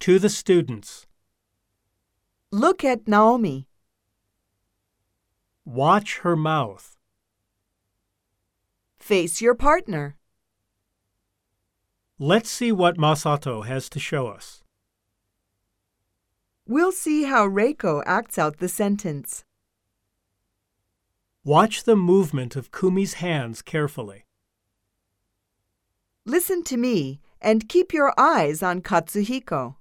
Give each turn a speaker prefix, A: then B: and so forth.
A: To the students,
B: Look at Naomi.
A: watch her mouth.
B: Face your partner.
A: Let's see what Masato has to show us.
B: We'll see how Reiko acts out the sentence.
A: Watch the movement of Kumi's hands carefully.
B: Listen to me and keep your eyes on Katsuhiko.